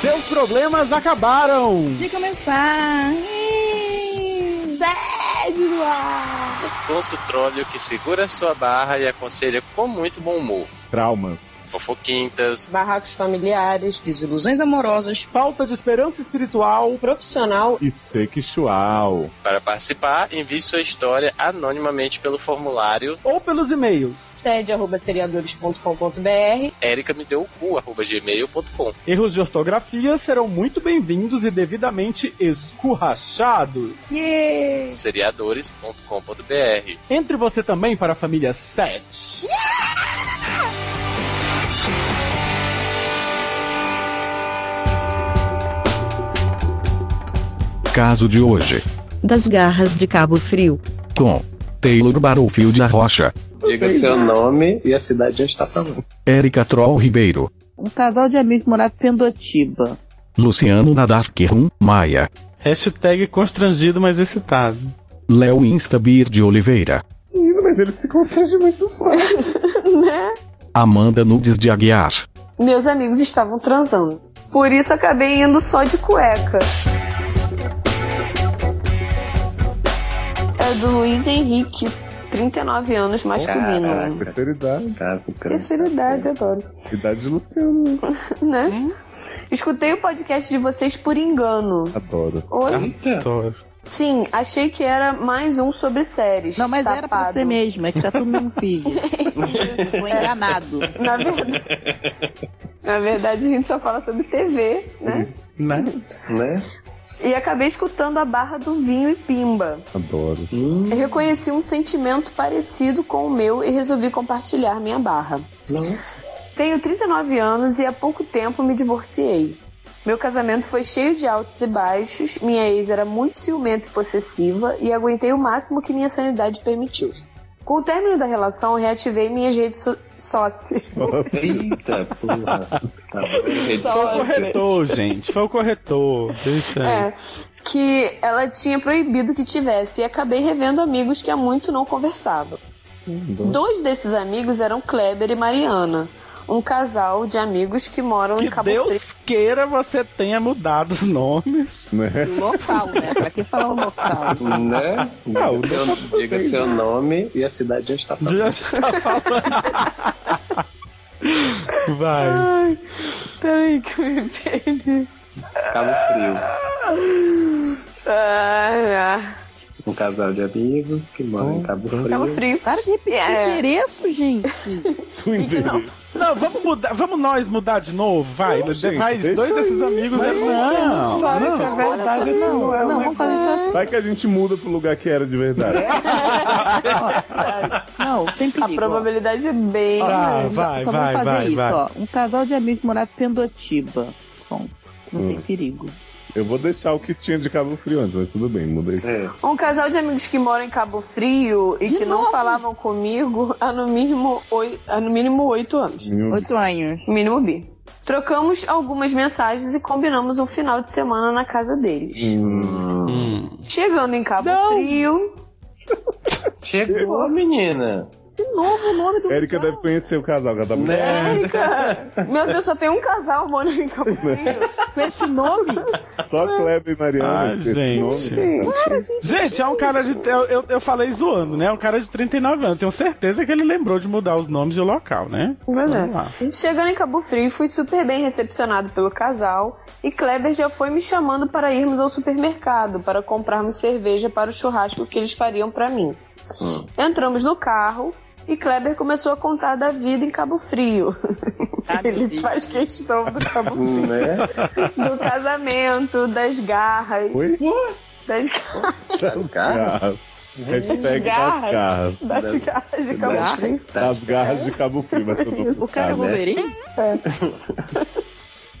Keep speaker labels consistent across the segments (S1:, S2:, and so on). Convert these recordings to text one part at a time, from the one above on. S1: Seus problemas acabaram!
S2: De começar! Ih, Zé do ar.
S3: O consultróleo que segura sua barra e aconselha com muito bom humor.
S1: Trauma.
S3: Fofoquintas,
S2: Barracos familiares, desilusões amorosas,
S1: Falta de esperança espiritual
S2: profissional.
S1: e sexual.
S3: para participar, envie sua história anonimamente pelo formulário
S1: Ou pelos e-mails.
S2: Sede arroba seriadores.com.br.
S3: ericamedeucu.gmail.com
S1: Erros de ortografia serão muito bem-vindos e devidamente escurrachados.
S2: Yeah!
S3: seriadores.com.br
S1: Entre você também para a família 7.
S4: Caso de hoje,
S5: das garras de Cabo Frio.
S4: com Taylor Barofield da Rocha,
S6: Diga seu nome e a cidade onde está falando.
S4: Erika Troll Ribeiro,
S7: Um casal de amigos morava em Pendotiba.
S4: Luciano Nadarkirum, Maia,
S1: Hashtag constrangido, mas excitado.
S4: Léo Instabir de Oliveira,
S6: Mas ele se confunde muito forte.
S4: Amanda Nudes de Aguiar,
S8: Meus amigos estavam transando. Por isso acabei indo só de cueca. É do Luiz Henrique, 39 anos, masculino.
S6: Terceira idade. Caso grande.
S8: Terceira idade, adoro.
S6: Idade de Luciano.
S8: Né?
S7: Uhum.
S8: Escutei o podcast de vocês por engano.
S6: Adoro. Tá.
S8: Oi?
S1: É.
S6: Eita.
S8: Sim, achei que era mais um sobre séries.
S7: Não, mas era pra
S8: Tapado.
S7: você mesmo, é que tá tudo no mesmo feed. Foi enganado.
S8: Na verdade, na verdade, a gente só fala sobre TV, né?
S1: Né?
S6: Né?
S8: E acabei escutando a barra do vinho e pimba.
S6: Adoro.
S8: Eu reconheci um sentimento parecido com o meu e resolvi compartilhar minha barra. Tenho 39 anos e há pouco tempo me divorciei. Meu casamento foi cheio de altos e baixos, minha ex era muito ciumenta e possessiva e aguentei o máximo que minha sanidade permitiu. Com o término da relação, reativei minhas redes so sócias.
S6: Eita, Tá porra.
S1: Foi o corretor, gente. Foi o corretor. Deixa aí.
S8: É, que ela tinha proibido que tivesse e acabei revendo amigos que há muito não conversava. Dois desses amigos eram Kleber e Mariana, um casal de amigos que moram em
S1: Que
S8: Cabo Frio.
S1: Deus queira você tenha mudado os nomes.
S7: O local, né? Pra que falar o local?
S6: Né? Diga,
S1: Não,
S6: seu, diga seu nome e a cidade onde está falando.
S1: Já está falando. Vai.
S8: Peraí que eu me perdi.
S6: Cabo
S8: Ah,
S6: Frio. Um casal de amigos que mora em Cabo Frio.
S8: Cabo Frio.
S7: Para de repetir
S8: É.
S7: endereço, gente.
S1: Não, vamos mudar. Vamos nós mudar de novo. Vai.
S6: Não, gente,
S1: Faz
S6: deixa
S1: dois desses amigos
S6: Mas
S1: é
S6: não,
S1: não.
S6: sabe
S1: não.
S6: se é verdade ou se
S7: Não,
S6: não é,
S7: não,
S6: né?
S7: vamos fazer isso assim.
S6: Vai que a gente muda pro lugar que era de verdade.
S7: Ó, Não, sem
S8: A
S7: perigo. ó.
S8: probabilidade é bem.
S1: Tá,
S7: Só-
S1: vai,
S7: só
S1: vai,
S7: vamos fazer
S1: vai,
S7: isso,
S1: vai.
S7: ó. Um casal de amigos morava em Pendotiba. Bom, não
S1: Hum.
S7: tem perigo.
S9: Eu vou deixar o que tinha de Cabo Frio antes, mas tudo bem, mudei.
S6: É.
S8: Um casal de amigos que moram em Cabo Frio e
S7: De
S8: que
S7: novo?
S8: não falavam comigo há no mínimo oi- há no mínimo oito anos.
S7: Oito anos.
S8: Mínimo bi. Trocamos algumas mensagens e combinamos um final de semana na casa deles.
S1: Hum.
S8: Chegando em Cabo Frio,
S6: Chegou, menina.
S7: De novo o nome do
S9: Érica deve conhecer o casal, que ela tá muito
S8: Né?
S1: É.
S8: Érica! Meu Deus, só tem um casal morando em Cabo
S1: é.
S8: Frio.
S7: Com esse nome?
S9: Só Kleber e Mariana.
S1: Ah,
S9: esse
S1: gente.
S9: nome,
S1: Gente, é um cara de. Eu, eu, eu falei zoando, né? É um cara de 39 anos. Tenho certeza que ele lembrou de mudar os nomes e o local, né?
S8: Mas é.
S1: Vamos lá.
S8: Chegando em Cabo Frio, fui super bem recepcionado pelo casal e Kleber já foi me chamando para irmos ao supermercado para comprarmos cerveja para o churrasco que eles fariam para mim.
S1: Hum.
S8: Entramos no carro e Kleber começou a contar da vida em Cabo Frio. Ele faz questão do Cabo Frio.
S6: Né?
S8: do casamento, das garras.
S9: Oi?
S8: Das, ga-
S6: Das garras?
S9: Garras. Hashtag
S8: garras.
S9: das garras.
S8: das garras
S6: Tá
S8: de Cabo Frio.
S9: Das garras de Cabo Frio, mas eu né? tô
S7: O cara é Wolverine?
S8: É.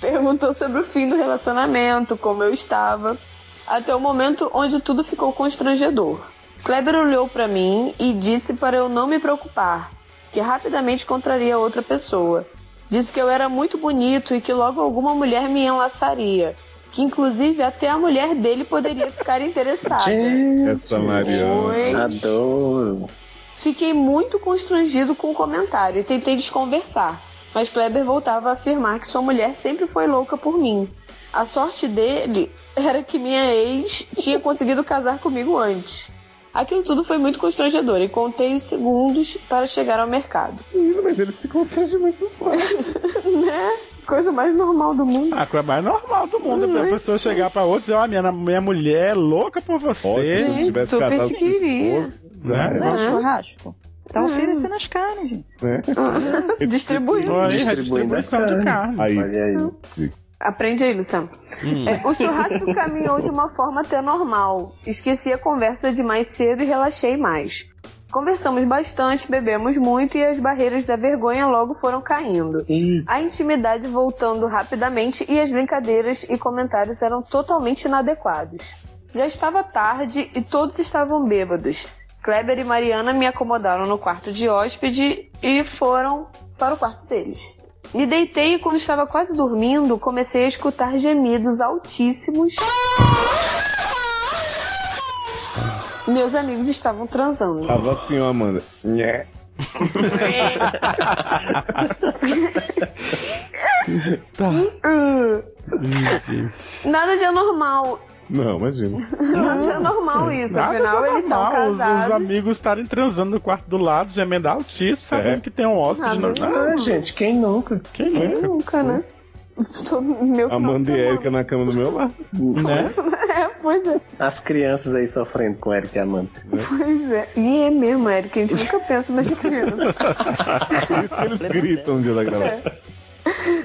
S8: Perguntou sobre o fim do relacionamento, como eu estava, até o momento onde tudo ficou constrangedor. Kleber olhou pra mim e disse para eu não me preocupar, que rapidamente encontraria outra pessoa. Disse que eu era muito bonito e que logo alguma mulher me enlaçaria, que inclusive até a mulher dele poderia ficar interessada.
S9: Essa Mariana.
S8: Oi.
S6: Adoro.
S8: Fiquei muito constrangido com o comentário e tentei desconversar, mas Kleber voltava a afirmar que sua mulher sempre foi louca por mim. A sorte dele era que minha ex tinha conseguido casar comigo antes. Aquilo tudo foi muito constrangedor e contei os segundos para chegar ao mercado.
S9: Mas ele se confia muito fácil.
S8: né? Coisa mais normal do mundo.
S1: Ah, coisa mais normal do mundo.
S7: Uhum.
S1: A pessoa chegar pra outra e dizer, ó, minha, minha mulher é louca por você.
S9: Ótimo, se eu tivesse
S8: super
S9: casado
S8: se
S9: com esse
S8: queria.
S9: povo,
S1: Né?
S7: Não é
S8: Uhum.
S7: churrasco. Tá
S8: Uhum.
S7: oferecendo as carnes, gente.
S9: né?
S8: Distribuindo.
S1: Olha aí,
S6: Distribuindo as
S1: redistribuição de
S6: carnes.
S1: carne.
S9: Aí,
S6: Olha aí.
S8: Aprende aí, Luciano.
S1: Hum.
S8: É, o churrasco caminhou de uma forma até normal. Esqueci a conversa de mais cedo e relaxei mais. Conversamos bastante, bebemos muito e as barreiras da vergonha logo foram caindo. A intimidade voltando rapidamente e as brincadeiras e comentários eram totalmente inadequados. Já estava tarde e todos estavam bêbados. Kleber e Mariana me acomodaram no quarto de hóspede e foram para o quarto deles. Me deitei e quando estava quase dormindo, comecei a escutar gemidos altíssimos. Meus amigos estavam transando.
S9: tava assim, ó, Amanda. Nhé.
S8: Uh,
S1: Hum, gente.
S8: Nada de anormal.
S9: Não, imagina.
S8: Nada de anormal isso.
S1: Hum, Nada
S8: Afinal,
S1: de
S8: eles são
S1: normal, os- Os,
S8: casados.
S1: amigos estarem transando no quarto do lado, já emendar altíssimo, sabendo
S9: É.
S1: que tem um hóspede.
S8: Ah,
S1: no...
S8: não.
S1: Ah,
S6: Ah, gente, quem nunca?
S1: quem
S8: Quem
S1: nunca,
S8: nunca, né? Tô- Meu final de
S9: Amanda e
S8: semana.
S9: Erika na cama do meu lado.
S1: né?
S8: É, pois é,
S6: As crianças aí sofrendo com Eric e Amanda. né?
S8: pois é. E é mesmo, Eric. A gente nunca pensa nas crianças.
S9: Eles gritam um de lá gravar.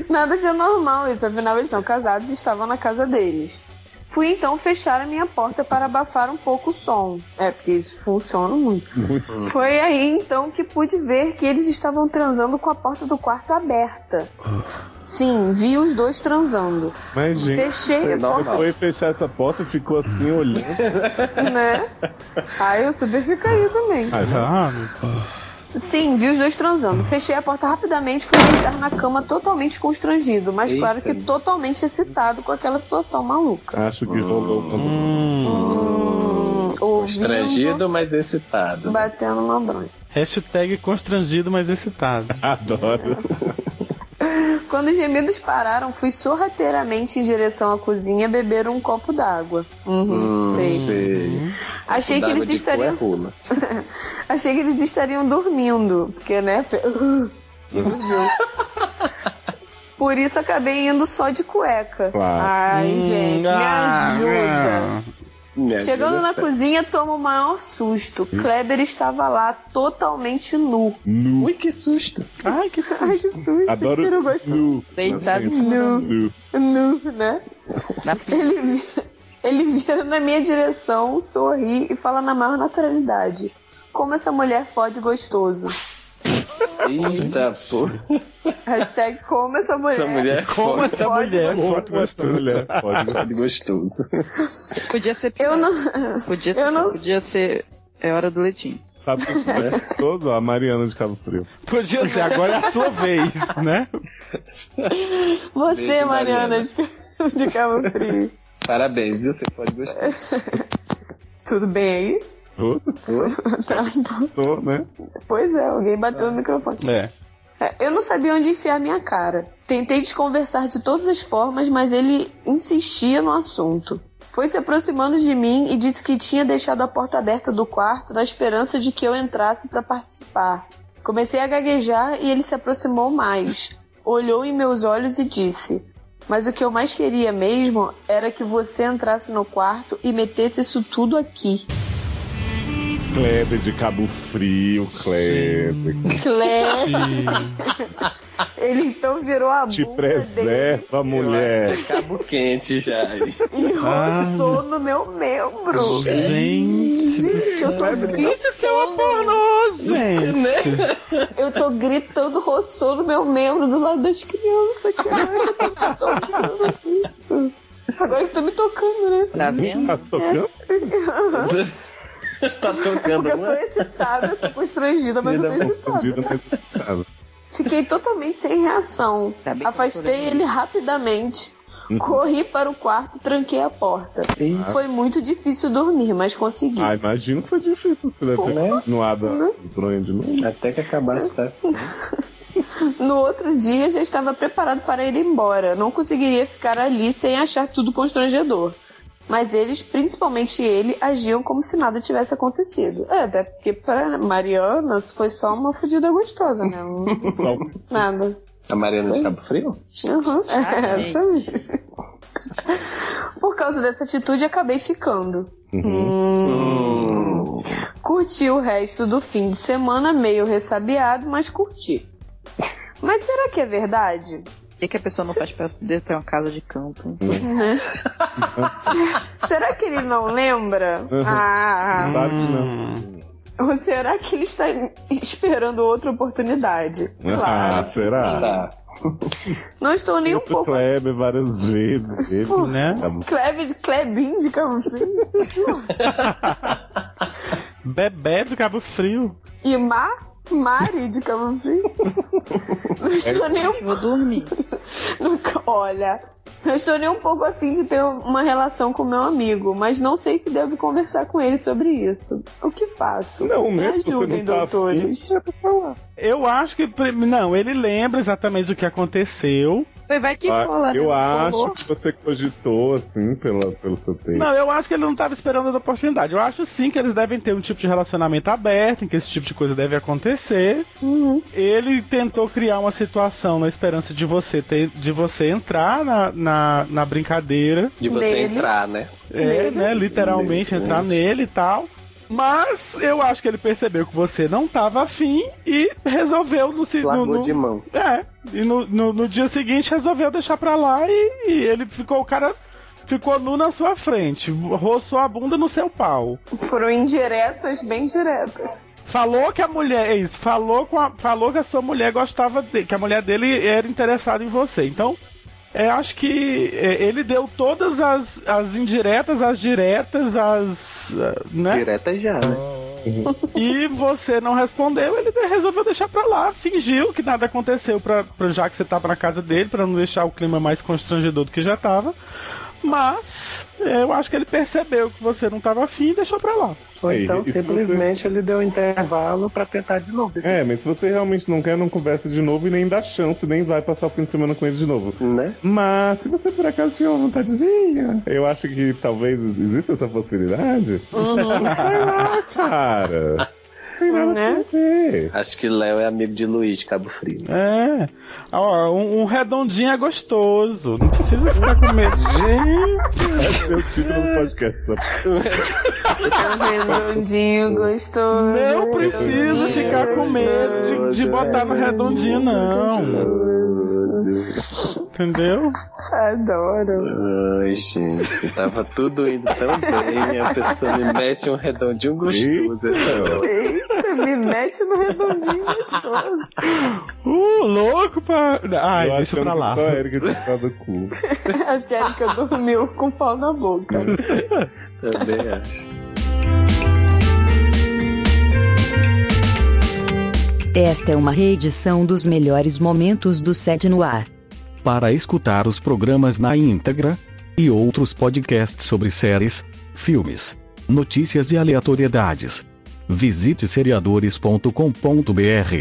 S8: Nada de anormal isso. Afinal, eles são casados e estavam na casa deles. Fui então fechar a minha porta para abafar um pouco o som. É, porque isso funciona muito. Foi aí então que pude ver que eles estavam transando com a porta do quarto aberta. Sim, vi os dois transando.
S9: Mas, gente,
S8: Fechei a
S9: você
S8: porta,
S9: foi fechar essa porta e ficou assim olhando.
S8: né? Aí eu super ficaria também.
S9: Ah, tá.
S1: Ah,
S8: Sim, vi os dois transando. Fechei a porta rapidamente, fui deitar na cama totalmente constrangido, mas
S6: Eita.
S8: claro que totalmente excitado com aquela situação maluca.
S9: Acho que rolou um uma
S1: hum.
S8: Hum, ouvindo,
S6: Constrangido, mas excitado.
S8: Batendo uma bronha.
S1: Hashtag constrangido, mas excitado.
S9: Adoro.
S8: Quando os gemidos pararam, fui sorrateiramente em direção à cozinha beber um copo d'água. Uhum, sei.
S6: Hum, Sei.
S8: Achei que
S6: D'água de
S8: eles
S6: cu é
S8: estariam.
S6: rola.
S8: Achei que eles estariam dormindo, porque, né? fe- E dormiu. Por isso acabei indo só de cueca.
S9: Claro.
S8: Ai,
S1: Hum,
S6: Hum,
S8: gente, me
S1: ah.
S8: ajuda.
S6: Me ah, ajuda, Hum.
S8: Chegando na
S6: Fé.
S8: cozinha, tomo o maior susto. Kleber estava lá totalmente nu.
S9: Nu.
S6: Ui, que susto.
S1: Ai, que susto.
S8: Ai, que susto.
S9: Adoro.
S8: Eu não gosto.
S9: Nu.
S7: Deitado em
S6: né?
S7: cima da
S8: Não.
S7: mesa.
S9: Nu.
S8: Nu, né?
S7: Na pia.
S8: Ele, vi- ele vira na minha direção, sorri e fala na maior naturalidade. Como essa mulher fode gostoso.
S6: Eita, porra.
S8: Hashtag como essa mulher.
S6: Essa mulher é
S1: Como
S6: foda.
S1: essa
S8: Pode,
S1: mulher
S9: Como
S1: foto
S9: essa
S1: gostosa.
S9: mulher pode
S6: Foda de gostoso.
S7: Podia ser pior.
S8: Eu não.
S6: é
S7: Podia ser,
S8: eu não-
S7: podia ser. É hora do leitinho.
S9: Sabe o que é gostoso? A Mariana de Cabo Frio.
S1: Podia ser, agora é a sua vez, né?
S8: Você,
S6: Beijo,
S8: Mariana,
S6: Mariana.
S8: de, de Cabo Frio.
S6: Parabéns, viu? Você pode gostar.
S8: Tudo bem aí?
S9: Tô,
S8: Tá bom.
S9: tô, né?
S8: Pois é, alguém bateu no microfone.
S1: É.
S8: É, Eu não sabia onde enfiar minha cara. Tentei desconversar de todas as formas, mas ele insistia no assunto. Foi se aproximando de mim e disse que tinha deixado a porta aberta do quarto na esperança de que eu entrasse para participar. Comecei a gaguejar e ele se aproximou mais. Olhou em meus olhos e disse: Mas o que eu mais queria mesmo era que você entrasse no quarto e metesse isso tudo aqui.
S9: Kleber de Cabo Frio, Kleber.
S8: Clé,
S1: E-
S8: ele então virou a
S9: Te
S8: bunda dele.
S9: preserva,
S6: Eu
S9: mulher.
S6: acho que é cabo quente já. aí.
S8: e
S1: Ah.
S8: roçou no meu membro.
S1: Gente do
S8: Gente, eu
S1: céu.
S8: tô
S1: Isso que é uma
S8: gritando.
S1: pornô, gente.
S8: Eu tô gritando, roçou no meu membro do lado das crianças. Que eu tô me tocando disso. Agora que eu tô me tocando, né?
S7: Tá vendo?
S9: Tá tocando?
S6: tá tocando
S8: Porque eu tô
S1: né?
S6: uma
S8: excitada, eu tô constrangida, mas eu tô excitada.
S9: Escondido nesse estado.
S8: Fiquei totalmente sem reação.
S7: Tá bem
S8: Afastei
S7: procurando.
S8: ele rapidamente.
S1: Uhum.
S8: Corri para o quarto e tranquei a porta. Foi muito difícil dormir, mas consegui.
S9: Ah, imagino que foi difícil se deve ter continuado a bronha de novo.
S6: Até que acabasse tá?
S8: No outro dia já estava preparado para ir embora. Não conseguiria ficar ali sem achar tudo constrangedor. Mas eles, principalmente ele, agiam como se nada tivesse acontecido. É, até porque para Mariana isso foi só uma fudida gostosa, né? Não-
S9: Só-
S8: Nada.
S6: A Mariana de Cabo Frio?
S8: Aham, é,
S7: Amei.
S8: essa mesmo. Por causa dessa atitude, acabei ficando.
S9: Uhum.
S8: Hum. Curti o resto do fim de semana, meio ressabiado, mas curti. Mas será que é verdade?
S7: Por que, que a pessoa não faz pra poder ter uma casa de campo?
S8: Será que ele não lembra?
S9: Uhum.
S8: Ah,
S9: Claro que não.
S1: Hum,
S8: ou será que ele está esperando outra oportunidade?
S9: Ah,
S8: Claro.
S9: será?
S6: Tá.
S8: Não estou nem um
S9: Eu
S8: pouco.
S9: Kleber várias vezes. Ele...
S1: né?
S9: Cabo
S8: Kleber, Klebin de Cabo Frio.
S1: Bebê de Cabo Frio.
S8: E Ma, Mari de Cabo Frio. Não
S9: É
S8: estou nem um
S7: Eu vou dormir.
S8: Nunca- Olha, eu estou nem um pouco afim de ter uma relação com meu amigo, mas não sei se devo conversar com ele sobre isso. O que faço?
S9: Não,
S8: Me
S9: mesmo se você
S8: ajudem,
S9: não tá
S8: doutores.
S1: Eu acho que. prim- Não, ele lembra exatamente do que aconteceu.
S7: Foi, vai que
S9: Ah,
S7: rola, né?
S9: eu acho
S7: Rolou.
S9: que você cogitou, assim, pela, pelo seu texto.
S1: Não, eu acho que ele não estava esperando a oportunidade. Eu acho sim que eles devem ter um tipo de relacionamento aberto, em que esse tipo de coisa deve acontecer. Ele tentou criar uma situação na esperança de você ter, de você entrar na, na, na brincadeira,
S6: De você
S8: Nele.
S6: entrar, né?
S1: é, né? Literalmente
S9: Nele.
S1: entrar nele e tal. Mas eu acho que ele percebeu que você não estava afim e resolveu no, se- no,
S6: Largou
S1: no,
S6: de mão.
S1: É, e no, no, no dia seguinte resolveu deixar pra lá e, e ele ficou, o cara ficou nu na sua frente, roçou a bunda no seu pau.
S8: Foram indiretas, bem diretas.
S1: Falou que a mulher, é isso, falou, com a, falou que a sua mulher gostava dele, que a mulher dele era interessada em você. Então, é, acho que é, ele deu todas as, as indiretas, as diretas, as. ah, né?
S6: Direta já, né?
S1: E você não respondeu, ele de- resolveu deixar pra lá, fingiu que nada aconteceu pra, pra- já que você tava na casa dele, pra não deixar o clima mais constrangedor do que já tava. Mas é, eu acho que ele percebeu que você não tava afim e deixou pra lá.
S9: Ou então,
S6: simplesmente ele deu um intervalo pra tentar de novo.
S9: É, mas se você realmente não quer, não conversa de novo e nem dá chance, nem vai passar o fim de semana com ele de novo.
S6: Né?
S9: Mas se você por acaso tinha uma vontadezinha, eu acho que talvez exista essa possibilidade. Vai lá, cara. Tem nada
S8: Né?
S9: a ver.
S6: Acho que Léo é amigo de Luiz de Cabo Frio.
S1: É. Ó, um, um redondinho é gostoso. Não precisa ficar com medo.
S9: Esse é o título do podcast.
S8: Tá redondinho, gostoso.
S1: Não precisa
S8: redondinho,
S1: ficar com medo de, de botar no redondinho, não. Entendeu?
S8: Adoro.
S6: Ai, gente, tava tudo indo tão bem e a pessoa me mete um redondinho
S1: é.
S6: gostoso.
S9: Eita.
S8: Eita, me mete no redondinho gostoso.
S1: Uh, louco pra. Ai,
S9: Eu
S1: deixa pra
S9: achando que
S1: lá.
S9: Só a Erika tinha ficado cu.
S8: Acho que a Erika dormiu com o pau na boca.
S6: Também acho.
S5: Esta é uma reedição dos melhores momentos do Sete no Ar.
S4: Para escutar os programas na íntegra e outros podcasts sobre séries, filmes, notícias e aleatoriedades, visite seriadores.com.br.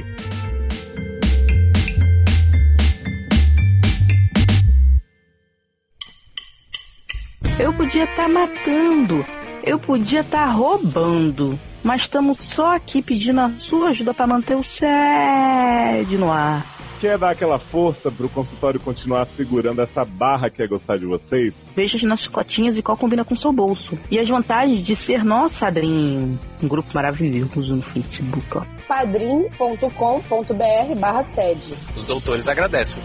S7: Eu podia estar matando, eu podia estar roubando, mas estamos só aqui pedindo a sua ajuda para manter o sede no ar.
S9: Quer dar aquela força pro consultório continuar segurando essa barra que é gostar de vocês?
S7: Veja as nossas cotinhas e qual combina com o seu bolso. E as vantagens de ser nosso padrinho. Um grupo maravilhoso no Facebook, ó.
S2: padrim.com.br barra sede.
S3: Os doutores agradecem.